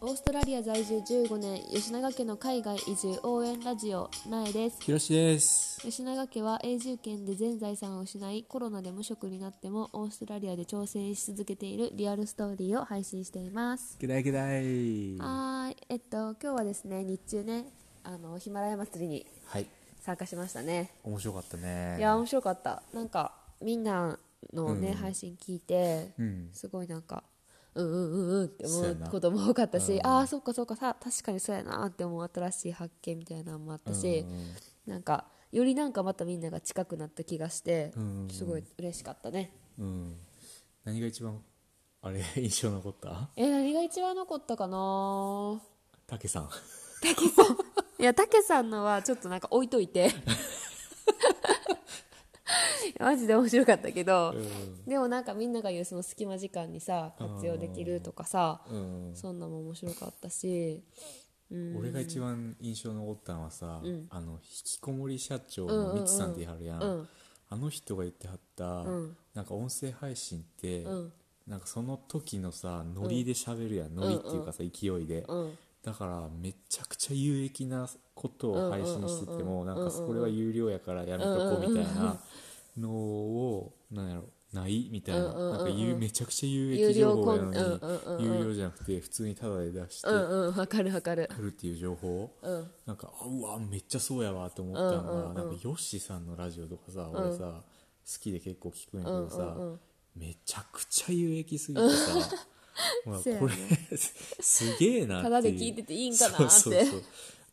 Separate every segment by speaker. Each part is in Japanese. Speaker 1: オーストラリア在住15年吉永家の海外移住応援ラジオなえです
Speaker 2: ひろしです。
Speaker 1: 吉永家は永住権で全財産を失いコロナで無職になってもオーストラリアで挑戦し続けているリアルストーリーを配信しています
Speaker 2: けだいけだい。は
Speaker 1: はーいえっと今日はですね日中ねあのヒマラヤ祭りに
Speaker 2: い。
Speaker 1: 参加しましたね
Speaker 2: 面白かったね。
Speaker 1: いや面白かったなんかみんなのね、
Speaker 2: うん
Speaker 1: 配信聞いて、
Speaker 2: うん
Speaker 1: すごいなんかうんうんうんうんって思
Speaker 2: そうや
Speaker 1: う
Speaker 2: な
Speaker 1: ことも多かったし、
Speaker 2: うん
Speaker 1: ああそっかそっかさ確かにそうやなって思う新しい発見みたいなのもあったし、なんかよりなんかまたみんなが近くなった気がして、
Speaker 2: うんうん
Speaker 1: すごい嬉しかったね
Speaker 2: うん。何が一番あれ 印象残った？
Speaker 1: え何が一番残ったかな
Speaker 2: たけさん。
Speaker 1: いやたけさんのはちょっとなんか置いとい てマジで面白かったけど、
Speaker 2: う
Speaker 1: でもなんかみんなが言うその隙間時間にさ活用できるとかさ
Speaker 2: ん。
Speaker 1: そんなも面白かったし、うん、
Speaker 2: 俺が一番印象残ったのはさ、
Speaker 1: うん
Speaker 2: あの引きこもり社長のみつさんって言いはるやん,、
Speaker 1: うん
Speaker 2: あの人が言ってはった、
Speaker 1: ん
Speaker 2: なんか音声配信って、
Speaker 1: うん
Speaker 2: なんかその時のさノリで喋るやん、ノリっていうかさ勢いで、
Speaker 1: うん
Speaker 2: だからめちゃくちゃ有益なことを配信してても
Speaker 1: うんうんうんうん
Speaker 2: なんかそれは有料やからやめとこうみたいなのをなんやろないみたいな
Speaker 1: うんうんうん
Speaker 2: なんか有めちゃくちゃ有
Speaker 1: 有
Speaker 2: 益
Speaker 1: 料
Speaker 2: 情
Speaker 1: コ
Speaker 2: 報
Speaker 1: ン
Speaker 2: やのに
Speaker 1: うんうんうんうん
Speaker 2: 有料じゃなくて普通にタダで出して
Speaker 1: うんうんわかるわかる
Speaker 2: あるっていう情報を
Speaker 1: うん
Speaker 2: なんかあうわめっちゃそうやわと思ったのが、
Speaker 1: うんうんうん
Speaker 2: なんかヨッシーさんのラジオとかさ俺さ、好きで結構聞くんやけどさ、
Speaker 1: うんうんうん
Speaker 2: めちゃくちゃ有益すぎて さほら
Speaker 1: そうやね
Speaker 2: これすげえなっていう
Speaker 1: ただで聞いてていいんかなって
Speaker 2: そうそうそう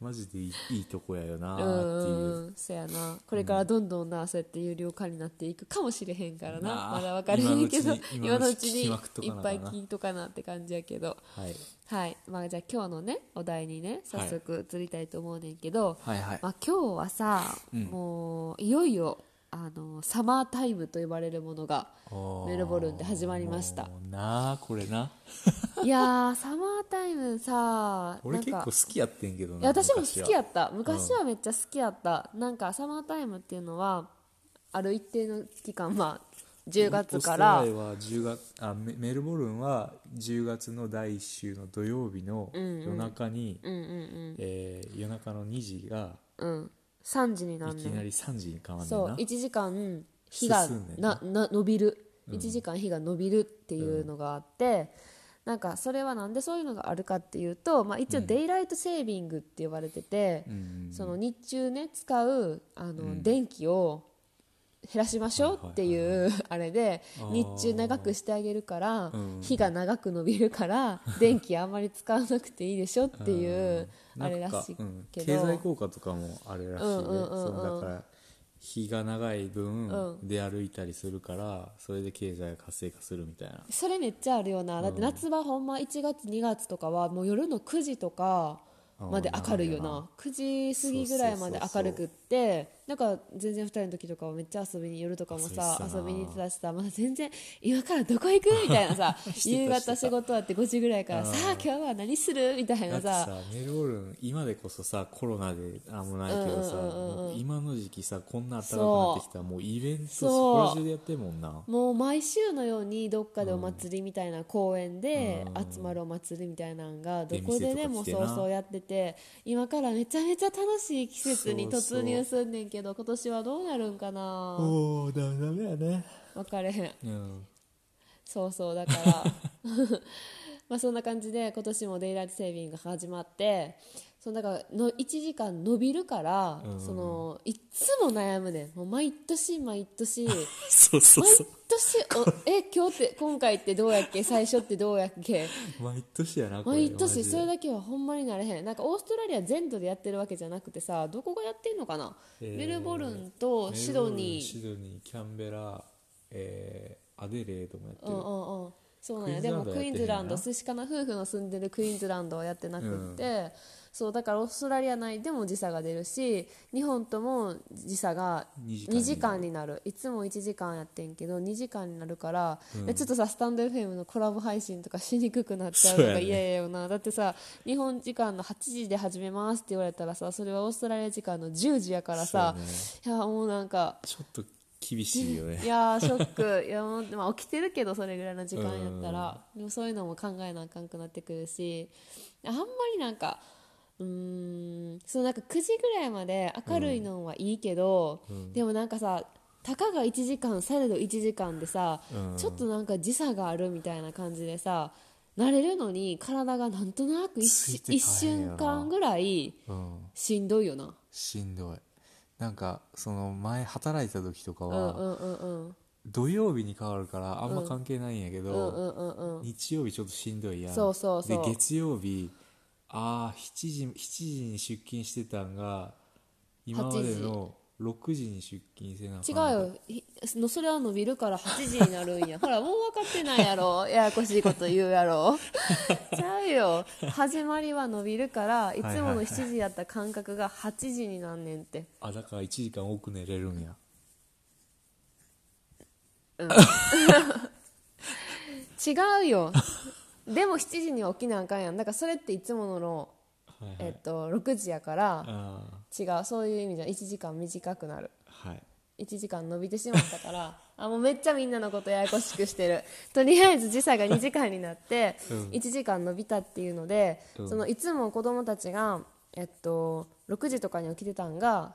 Speaker 2: マジでいいいいとこやよな
Speaker 1: うん
Speaker 2: ーっていう
Speaker 1: う、んそやなこれからどんどんなそうやって有料化になっていくかもしれへんからな
Speaker 2: なあ
Speaker 1: まだわかれへんけど今
Speaker 2: 今
Speaker 1: の
Speaker 2: の
Speaker 1: う
Speaker 2: う
Speaker 1: ちに
Speaker 2: ちに
Speaker 1: いっ
Speaker 2: 聞きまくっとかな
Speaker 1: ぱ
Speaker 2: あかんない
Speaker 1: 聞いとかなって感じやけど
Speaker 2: はい、
Speaker 1: はいまあじゃあ今日のねお題にね早速移りたいと思うねんけど、
Speaker 2: はいはい
Speaker 1: まあ、今日はさ、
Speaker 2: うん
Speaker 1: もういよいよあのサマータイムと呼ばれるものが
Speaker 2: おー
Speaker 1: メルボルンで始まりました
Speaker 2: もうなあこれない
Speaker 1: やーサマータイムさ
Speaker 2: 俺
Speaker 1: なん
Speaker 2: 結構
Speaker 1: か
Speaker 2: 好きやってんけど
Speaker 1: い
Speaker 2: な
Speaker 1: や私も好きや
Speaker 2: っ
Speaker 1: った昔はめっちゃ好きやった、なんかサマータイムっていうのはある一定の期間まあ10月から
Speaker 2: オーストラリアは10月あメメルボルンは10月の第1週の土曜日の夜中に、
Speaker 1: うんうん
Speaker 2: えー夜中の2時が
Speaker 1: うんうん3時になん
Speaker 2: い
Speaker 1: ね
Speaker 2: きなんり3時に変わんねん
Speaker 1: そう
Speaker 2: な
Speaker 1: 1時間日が
Speaker 2: 進んでん
Speaker 1: な
Speaker 2: な
Speaker 1: な伸びる1時間日が伸びるっていうのがあって、なんかそれはなんでそういうのがあるかっていうと、まあ、一応デイライトセービングって呼ばれてて、
Speaker 2: うん
Speaker 1: その日中ね使うあの電気を減らしましょうっていうあれで
Speaker 2: あー
Speaker 1: 日中長くしてあげるから
Speaker 2: うん
Speaker 1: 日が長く伸びるから 電気あんまり使わなくていいでしょっていうあれらしい
Speaker 2: うん
Speaker 1: け
Speaker 2: 経済
Speaker 1: ど。
Speaker 2: 効果とかもあれらしいね、
Speaker 1: うんうんうんうん
Speaker 2: そのだから日が長い分
Speaker 1: う
Speaker 2: 出歩いたりするからそれで経済が活性化するみたいな
Speaker 1: それめっちゃあるよなだって夏場ほんま1月2月とかはもう夜の9時とかまで明るいよ
Speaker 2: あー
Speaker 1: な9時過ぎぐらいまで明るくってなんか全然2人の時とかはめっちゃ遊びに夜とかもさ遊
Speaker 2: 遊びてたな
Speaker 1: びに行ってたしさまだ全然今からどこ行くみたいなさ
Speaker 2: してた
Speaker 1: 夕方仕事終わって5時ぐらいから
Speaker 2: あー
Speaker 1: さあ今日は何するみたい
Speaker 2: だっ
Speaker 1: な
Speaker 2: てさ
Speaker 1: さ
Speaker 2: メルボルン今でこそさコロナであんもないけどさ、
Speaker 1: うんうんうんうん
Speaker 2: もう今の時期さこんな暖かく
Speaker 1: そう
Speaker 2: なってきたらもうイベント
Speaker 1: そう
Speaker 2: そこら中でやってるもんな
Speaker 1: もう毎週のようにどっかでお祭りみたいな公園で集まるお祭りみたいなのがどこでね
Speaker 2: 出店とか
Speaker 1: もう
Speaker 2: 来て
Speaker 1: そ
Speaker 2: な
Speaker 1: うそうやってて今からめちゃめちゃ楽しい季節に突入すんねんけど今年はどうなるんかな
Speaker 2: おおダメダメやね
Speaker 1: 分かれへん
Speaker 2: うん
Speaker 1: そうそう だからまあそんな感じで今年もデイライトセービングが始まってそのだからの1時間伸びるから、
Speaker 2: うん
Speaker 1: そのいっつも悩むねんもう毎年毎年
Speaker 2: そうそう
Speaker 1: 毎
Speaker 2: そう
Speaker 1: 年おえ今日って今回ってどうやっけ最初ってどうやっ け
Speaker 2: 毎年やなこれ
Speaker 1: 毎
Speaker 2: マジ
Speaker 1: 年
Speaker 2: で
Speaker 1: それだけはほんまになれへんなんかオーストラリア全土でやってるわけじゃなくてさどこがやってんのかな、
Speaker 2: えー
Speaker 1: メルボルンとシドニ
Speaker 2: シ
Speaker 1: ー
Speaker 2: ドニーキャンベラ、えーアデレードもやって
Speaker 1: う
Speaker 2: る、
Speaker 1: んうんうんそうなんや
Speaker 2: クイ
Speaker 1: で
Speaker 2: ーンズランド
Speaker 1: もクイーンズランド寿司かな夫婦の住んでるクイーンズランドはやってなくって、そうだからオーストラリア内でも時差が出るし日本とも時差が
Speaker 2: 2時間になる
Speaker 1: 2時間になるいつも1時間やってんけど2時間になるから、ちょっとさスタンド FM のコラボ配信とかしにくくなっちゃうの
Speaker 2: そ
Speaker 1: が
Speaker 2: うやね
Speaker 1: 嫌やよな、だってさ日本時間の8時で始めますって言われたらさそれはオーストラリア時間の10時やからさ、いやもうなんか
Speaker 2: ちょっと厳しいよね
Speaker 1: いやーショックいやもう、まあ、起きてるけどそれぐらいの時間やったら、でもそういうのも考えなあかんくなってくるしあんまりなんかうーんそのなんか9時ぐらいまで明るいのはいいけど、でもなんかさたかが1時間されど1時間でさ、
Speaker 2: うん
Speaker 1: ちょっとなんか時差があるみたいな感じでさ慣れるのに体がなんとなく一
Speaker 2: つい
Speaker 1: 瞬
Speaker 2: てか
Speaker 1: 一瞬
Speaker 2: へんよな
Speaker 1: 間ぐらい
Speaker 2: うん
Speaker 1: しんどいよな。
Speaker 2: しんどいなんかその前働いた時とか
Speaker 1: うんう
Speaker 2: は
Speaker 1: んうんうん
Speaker 2: 土曜日に変わるからあんま関係ないんやけ
Speaker 1: うんう
Speaker 2: ど
Speaker 1: んうんうん
Speaker 2: 日曜日ちょっとしんどいやん
Speaker 1: そうそうそう
Speaker 2: で月曜日ああ7時 ,7 時に出勤してたんが今までの6時に出勤せなあ
Speaker 1: 違
Speaker 2: か
Speaker 1: うん
Speaker 2: かった
Speaker 1: よひのそれは伸びるから8時になるんやほ らもう分かってないやろややこしいこと言うやろちゃうよ始まりは伸びるからいつ
Speaker 2: はい
Speaker 1: も
Speaker 2: は
Speaker 1: の
Speaker 2: い
Speaker 1: 7時やった感覚が8時になんねんって
Speaker 2: あだから1時間多く寝れるんや
Speaker 1: 違うよ でも7時には起きなあかんやんだからそれっていつもの、
Speaker 2: はいはい、
Speaker 1: えっと、6時やから
Speaker 2: あ
Speaker 1: 違うそういう意味じゃん1時間短くなる
Speaker 2: あはい
Speaker 1: 1時間伸びてしまったからあもうめっちゃみんなのことややこしくしてる とりあえず時差が2時間になって、
Speaker 2: うん
Speaker 1: 1時間伸びたっていうので、
Speaker 2: うん
Speaker 1: そのいつも子供たちが、えっと、6時とかに起きてたんが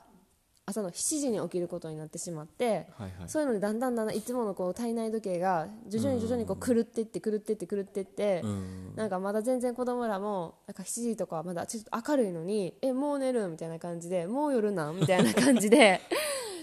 Speaker 1: 朝の7時に起きることになってしまって、
Speaker 2: はいはい
Speaker 1: そういうのでだんだんだんだんいつものこう体内時計が徐々に徐々にこう狂ってって狂ってって狂ってって、
Speaker 2: うん
Speaker 1: なんかまだ全然子供らもなんか7時とかはまだちょっと明るいのにえもう寝るみたいな感じでもう夜なんみたいな感じ で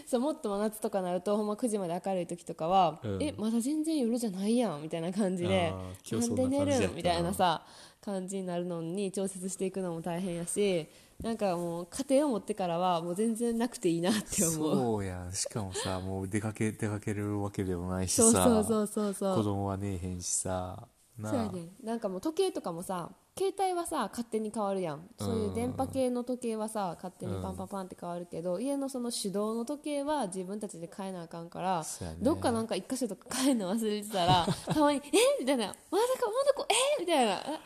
Speaker 1: そうもっと真夏とかなるとほんま9時まで明るい時とかは、
Speaker 2: うん
Speaker 1: えまだ全然夜じゃないやんみたいな感じで
Speaker 2: あー
Speaker 1: な
Speaker 2: 今日
Speaker 1: ん
Speaker 2: そん
Speaker 1: で
Speaker 2: な感じ
Speaker 1: 寝
Speaker 2: やったな
Speaker 1: るみたいなさ感じになるのに調節していくのも大変やしなんかもう家庭を持ってからはもう全然なくていいなって思う。
Speaker 2: そうやんしかもさもう出かけ出かけるわけでもないしさ
Speaker 1: そうそうそうそうそう
Speaker 2: 子供はねえへんしさなあ
Speaker 1: そうやねんなんかもう時計とかもさ携帯はさ勝手に変わるやんそういう電波系の時計はさ勝手にパンパンパンって変わるけど、家のその手動の時計は自分たちで変えなあかんから、
Speaker 2: そうやね
Speaker 1: どっかなんか一箇所とか変えるの忘れてた らたまに「えみたいな「まさかまだこえみたいな「あもう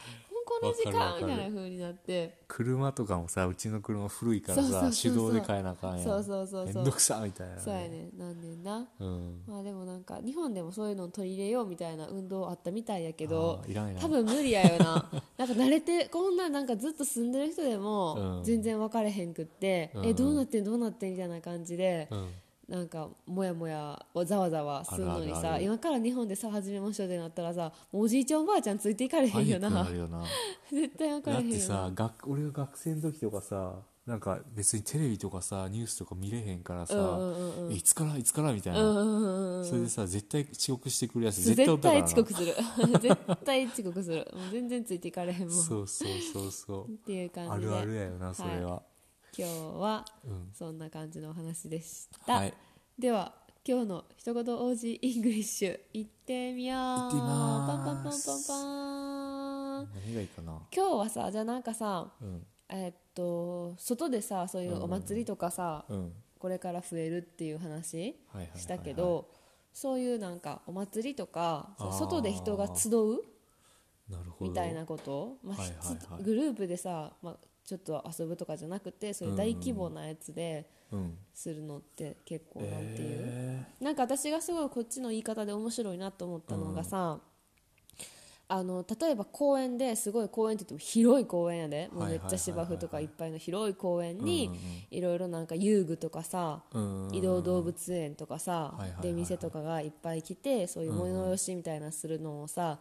Speaker 1: この時
Speaker 2: わ
Speaker 1: 間」みた
Speaker 2: かるわかる
Speaker 1: いな風になって
Speaker 2: 車とかもさうちの車古いから
Speaker 1: そうそうそう
Speaker 2: さ
Speaker 1: そう
Speaker 2: 手動で変えなあかんやん
Speaker 1: そうそうそうそう
Speaker 2: めんどくさみたいな
Speaker 1: そうやねんなんねんな。
Speaker 2: うん
Speaker 1: まあでもなんか日本でもそういうのを取り入れようみたいな運動あったみたいやけど
Speaker 2: あーいらんいらん
Speaker 1: 多分無理やよな なんか慣れてこんなんなんかずっと住んでる人でも
Speaker 2: うん
Speaker 1: 全然分かれへんくって、
Speaker 2: うん
Speaker 1: えどうなってんどうなってんみたいな感じで、
Speaker 2: うん
Speaker 1: なんかもやもやざわざわするのにさ
Speaker 2: あるあるある
Speaker 1: 今から日本でさ始めましょうってなったらさもうおじいちゃんおばあちゃんついていかれへんよ
Speaker 2: 早く
Speaker 1: な
Speaker 2: なるよな
Speaker 1: 絶対分か
Speaker 2: だ
Speaker 1: れ
Speaker 2: っ
Speaker 1: へんよ
Speaker 2: て
Speaker 1: な
Speaker 2: さ学俺が学生の時とかさなんか別にテレビとかさニュースとか見れへんからさ、
Speaker 1: うんうんうんうん
Speaker 2: えいつからいつからみたいな、
Speaker 1: うんうんうんうん
Speaker 2: それでさ絶対遅刻してくるやつ
Speaker 1: 絶
Speaker 2: 絶対おったか
Speaker 1: 対
Speaker 2: らな
Speaker 1: 遅刻する 絶対遅刻するもう全然ついていかれへんもんっ
Speaker 2: そうそうそうそ
Speaker 1: ていう
Speaker 2: う
Speaker 1: 感
Speaker 2: あ
Speaker 1: じで
Speaker 2: るあるやよなそれは、
Speaker 1: 今日は
Speaker 2: うん
Speaker 1: そんな感じのお話でした、
Speaker 2: はい
Speaker 1: では今日の一言王子イングリッシュ行ってみよう
Speaker 2: 行ってみます
Speaker 1: パンパンパンパンパン
Speaker 2: 何がいいかな
Speaker 1: 今日はさじゃあなんかさ
Speaker 2: うん
Speaker 1: えっと外でさそういうお祭りとかさ、
Speaker 2: うん
Speaker 1: これから増えるっていう話
Speaker 2: はいはいはいはい
Speaker 1: したけど、そういうなんかお祭りとか
Speaker 2: あー
Speaker 1: 外で人が集う
Speaker 2: なるほど
Speaker 1: みたいなこと、まあ
Speaker 2: はいはいはい
Speaker 1: ひつグループでさ、まあ、ちょっと遊ぶとかじゃなくてそういう大規模なやつで
Speaker 2: うん
Speaker 1: するのって結構なんていう、
Speaker 2: え
Speaker 1: なんか私がすごいこっちの言い方で面白いなと思ったのがさ、あの例えば公園ですごい公園って言っても広い公園やでもうめっちゃ芝生とかいっぱいの広い公園にいろいろなんか遊具とかさ、
Speaker 2: ーうん
Speaker 1: 移動動物園とかさ、
Speaker 2: はいはいはいはい
Speaker 1: で店とかがいっぱい来てそういう催しみたいなのするのをさ、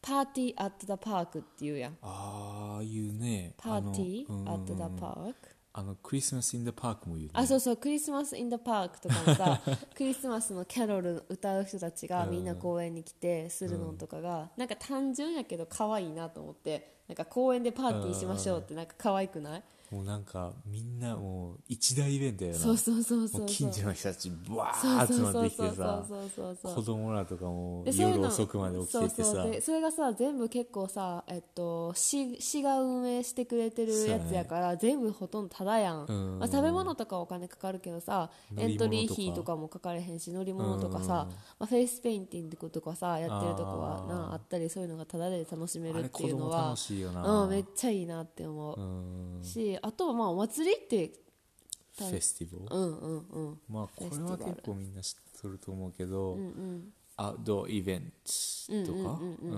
Speaker 1: パーティー・アット・ザ・パークっていうやん
Speaker 2: ああいうね
Speaker 1: パーティ
Speaker 2: あのうん
Speaker 1: ー・アット・ザ・パーク
Speaker 2: あのクリスマス・イン・ザ・パークも言うね
Speaker 1: あそうそうクリスマス・イン・ド・パークとかも さクリスマスのキャロル歌う人たちがみんな公園に来てするのとかが、なんか単純やけど可愛いなと思ってなんか公園でパーティーしましょうってなんか可愛くない、
Speaker 2: もうなんかみんなもう一大イベントやな
Speaker 1: そうそうそうそ
Speaker 2: もう
Speaker 1: うそ
Speaker 2: 近
Speaker 1: う
Speaker 2: 所の人たちバ
Speaker 1: そ
Speaker 2: ー
Speaker 1: う
Speaker 2: ッ集
Speaker 1: そ
Speaker 2: ま
Speaker 1: う
Speaker 2: ってき
Speaker 1: そう
Speaker 2: て
Speaker 1: そうそう
Speaker 2: さ
Speaker 1: そうそう
Speaker 2: 子供らとかも
Speaker 1: そういう
Speaker 2: 夜
Speaker 1: の
Speaker 2: 遅くまで起きてて
Speaker 1: そう
Speaker 2: さ
Speaker 1: そうでそれがさ全部結構さ、えっと、市市が運営してくれてるやつやから全部ほとんどただやん、
Speaker 2: うん
Speaker 1: まあ、食べ物とかはお金かかるけどさエ
Speaker 2: 乗
Speaker 1: ント
Speaker 2: り物とか
Speaker 1: リー費とかもかかれへんし乗り物とかさ、
Speaker 2: うん
Speaker 1: まあ、フェイスペインティングとかさやってるとこは
Speaker 2: あー
Speaker 1: なあったりそういうのがただで楽しめ
Speaker 2: あ
Speaker 1: るって
Speaker 2: れ子
Speaker 1: いうの
Speaker 2: 供
Speaker 1: は
Speaker 2: 楽しいよな
Speaker 1: うん、めっちゃいいなって思う、
Speaker 2: うん
Speaker 1: しあとはまあお祭りって
Speaker 2: フェスティバル
Speaker 1: うんうんうん
Speaker 2: まあこれは結構みんな知っとると思うけど、
Speaker 1: うんうん
Speaker 2: アウトドアイベントとか
Speaker 1: うんうんうんうんうんうんう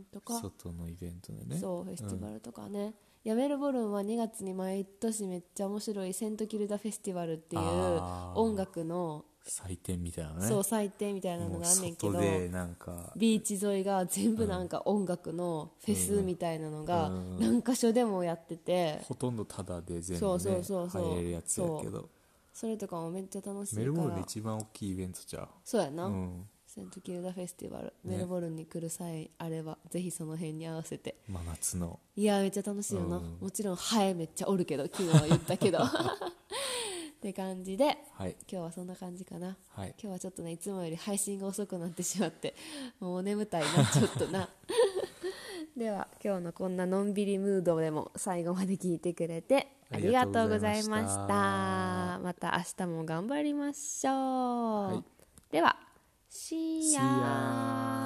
Speaker 1: んとか
Speaker 2: 外のイベントでね
Speaker 1: そうフェスティバルとかね、やめるボルンは2月に毎年めっちゃ面白いセントキルダフェスティバルっていう
Speaker 2: あー
Speaker 1: 音楽の、
Speaker 2: 祭典みたいなね
Speaker 1: そう祭典みたいな
Speaker 2: も
Speaker 1: の
Speaker 2: う
Speaker 1: があんねんけど
Speaker 2: 外でなんか
Speaker 1: ビーチ沿いが全部なんか音楽のフェスみたいなのが
Speaker 2: うん
Speaker 1: 何箇所でもやってて
Speaker 2: ほとんどタダで全部
Speaker 1: そ
Speaker 2: ね
Speaker 1: うそうそうそう
Speaker 2: 入れるやつやけど
Speaker 1: それとかもめっちゃ楽しい
Speaker 2: メル
Speaker 1: か
Speaker 2: ボルンで
Speaker 1: ら
Speaker 2: 一番大きいイベントじゃ
Speaker 1: そうや
Speaker 2: う
Speaker 1: な、
Speaker 2: うん
Speaker 1: セントキルダフェスティバル、
Speaker 2: ね
Speaker 1: メルボルンに来る際あればぜひその辺に合わせて
Speaker 2: 真夏の
Speaker 1: いやめっちゃ楽しいよな、
Speaker 2: うん
Speaker 1: もちろんハエめっちゃおるけど昨日は言ったけ どって感じで
Speaker 2: はい
Speaker 1: 今日はそんな感じかな
Speaker 2: はい
Speaker 1: 今日はちょっとねいつもより配信が遅くなってしまってもう眠たいなちょっと なでは今日のこんなのんびりムードでも最後まで聞いてくれてありがとうございました
Speaker 2: あ
Speaker 1: また明日も頑張りましょう、
Speaker 2: はい
Speaker 1: では See ya!
Speaker 2: See ya.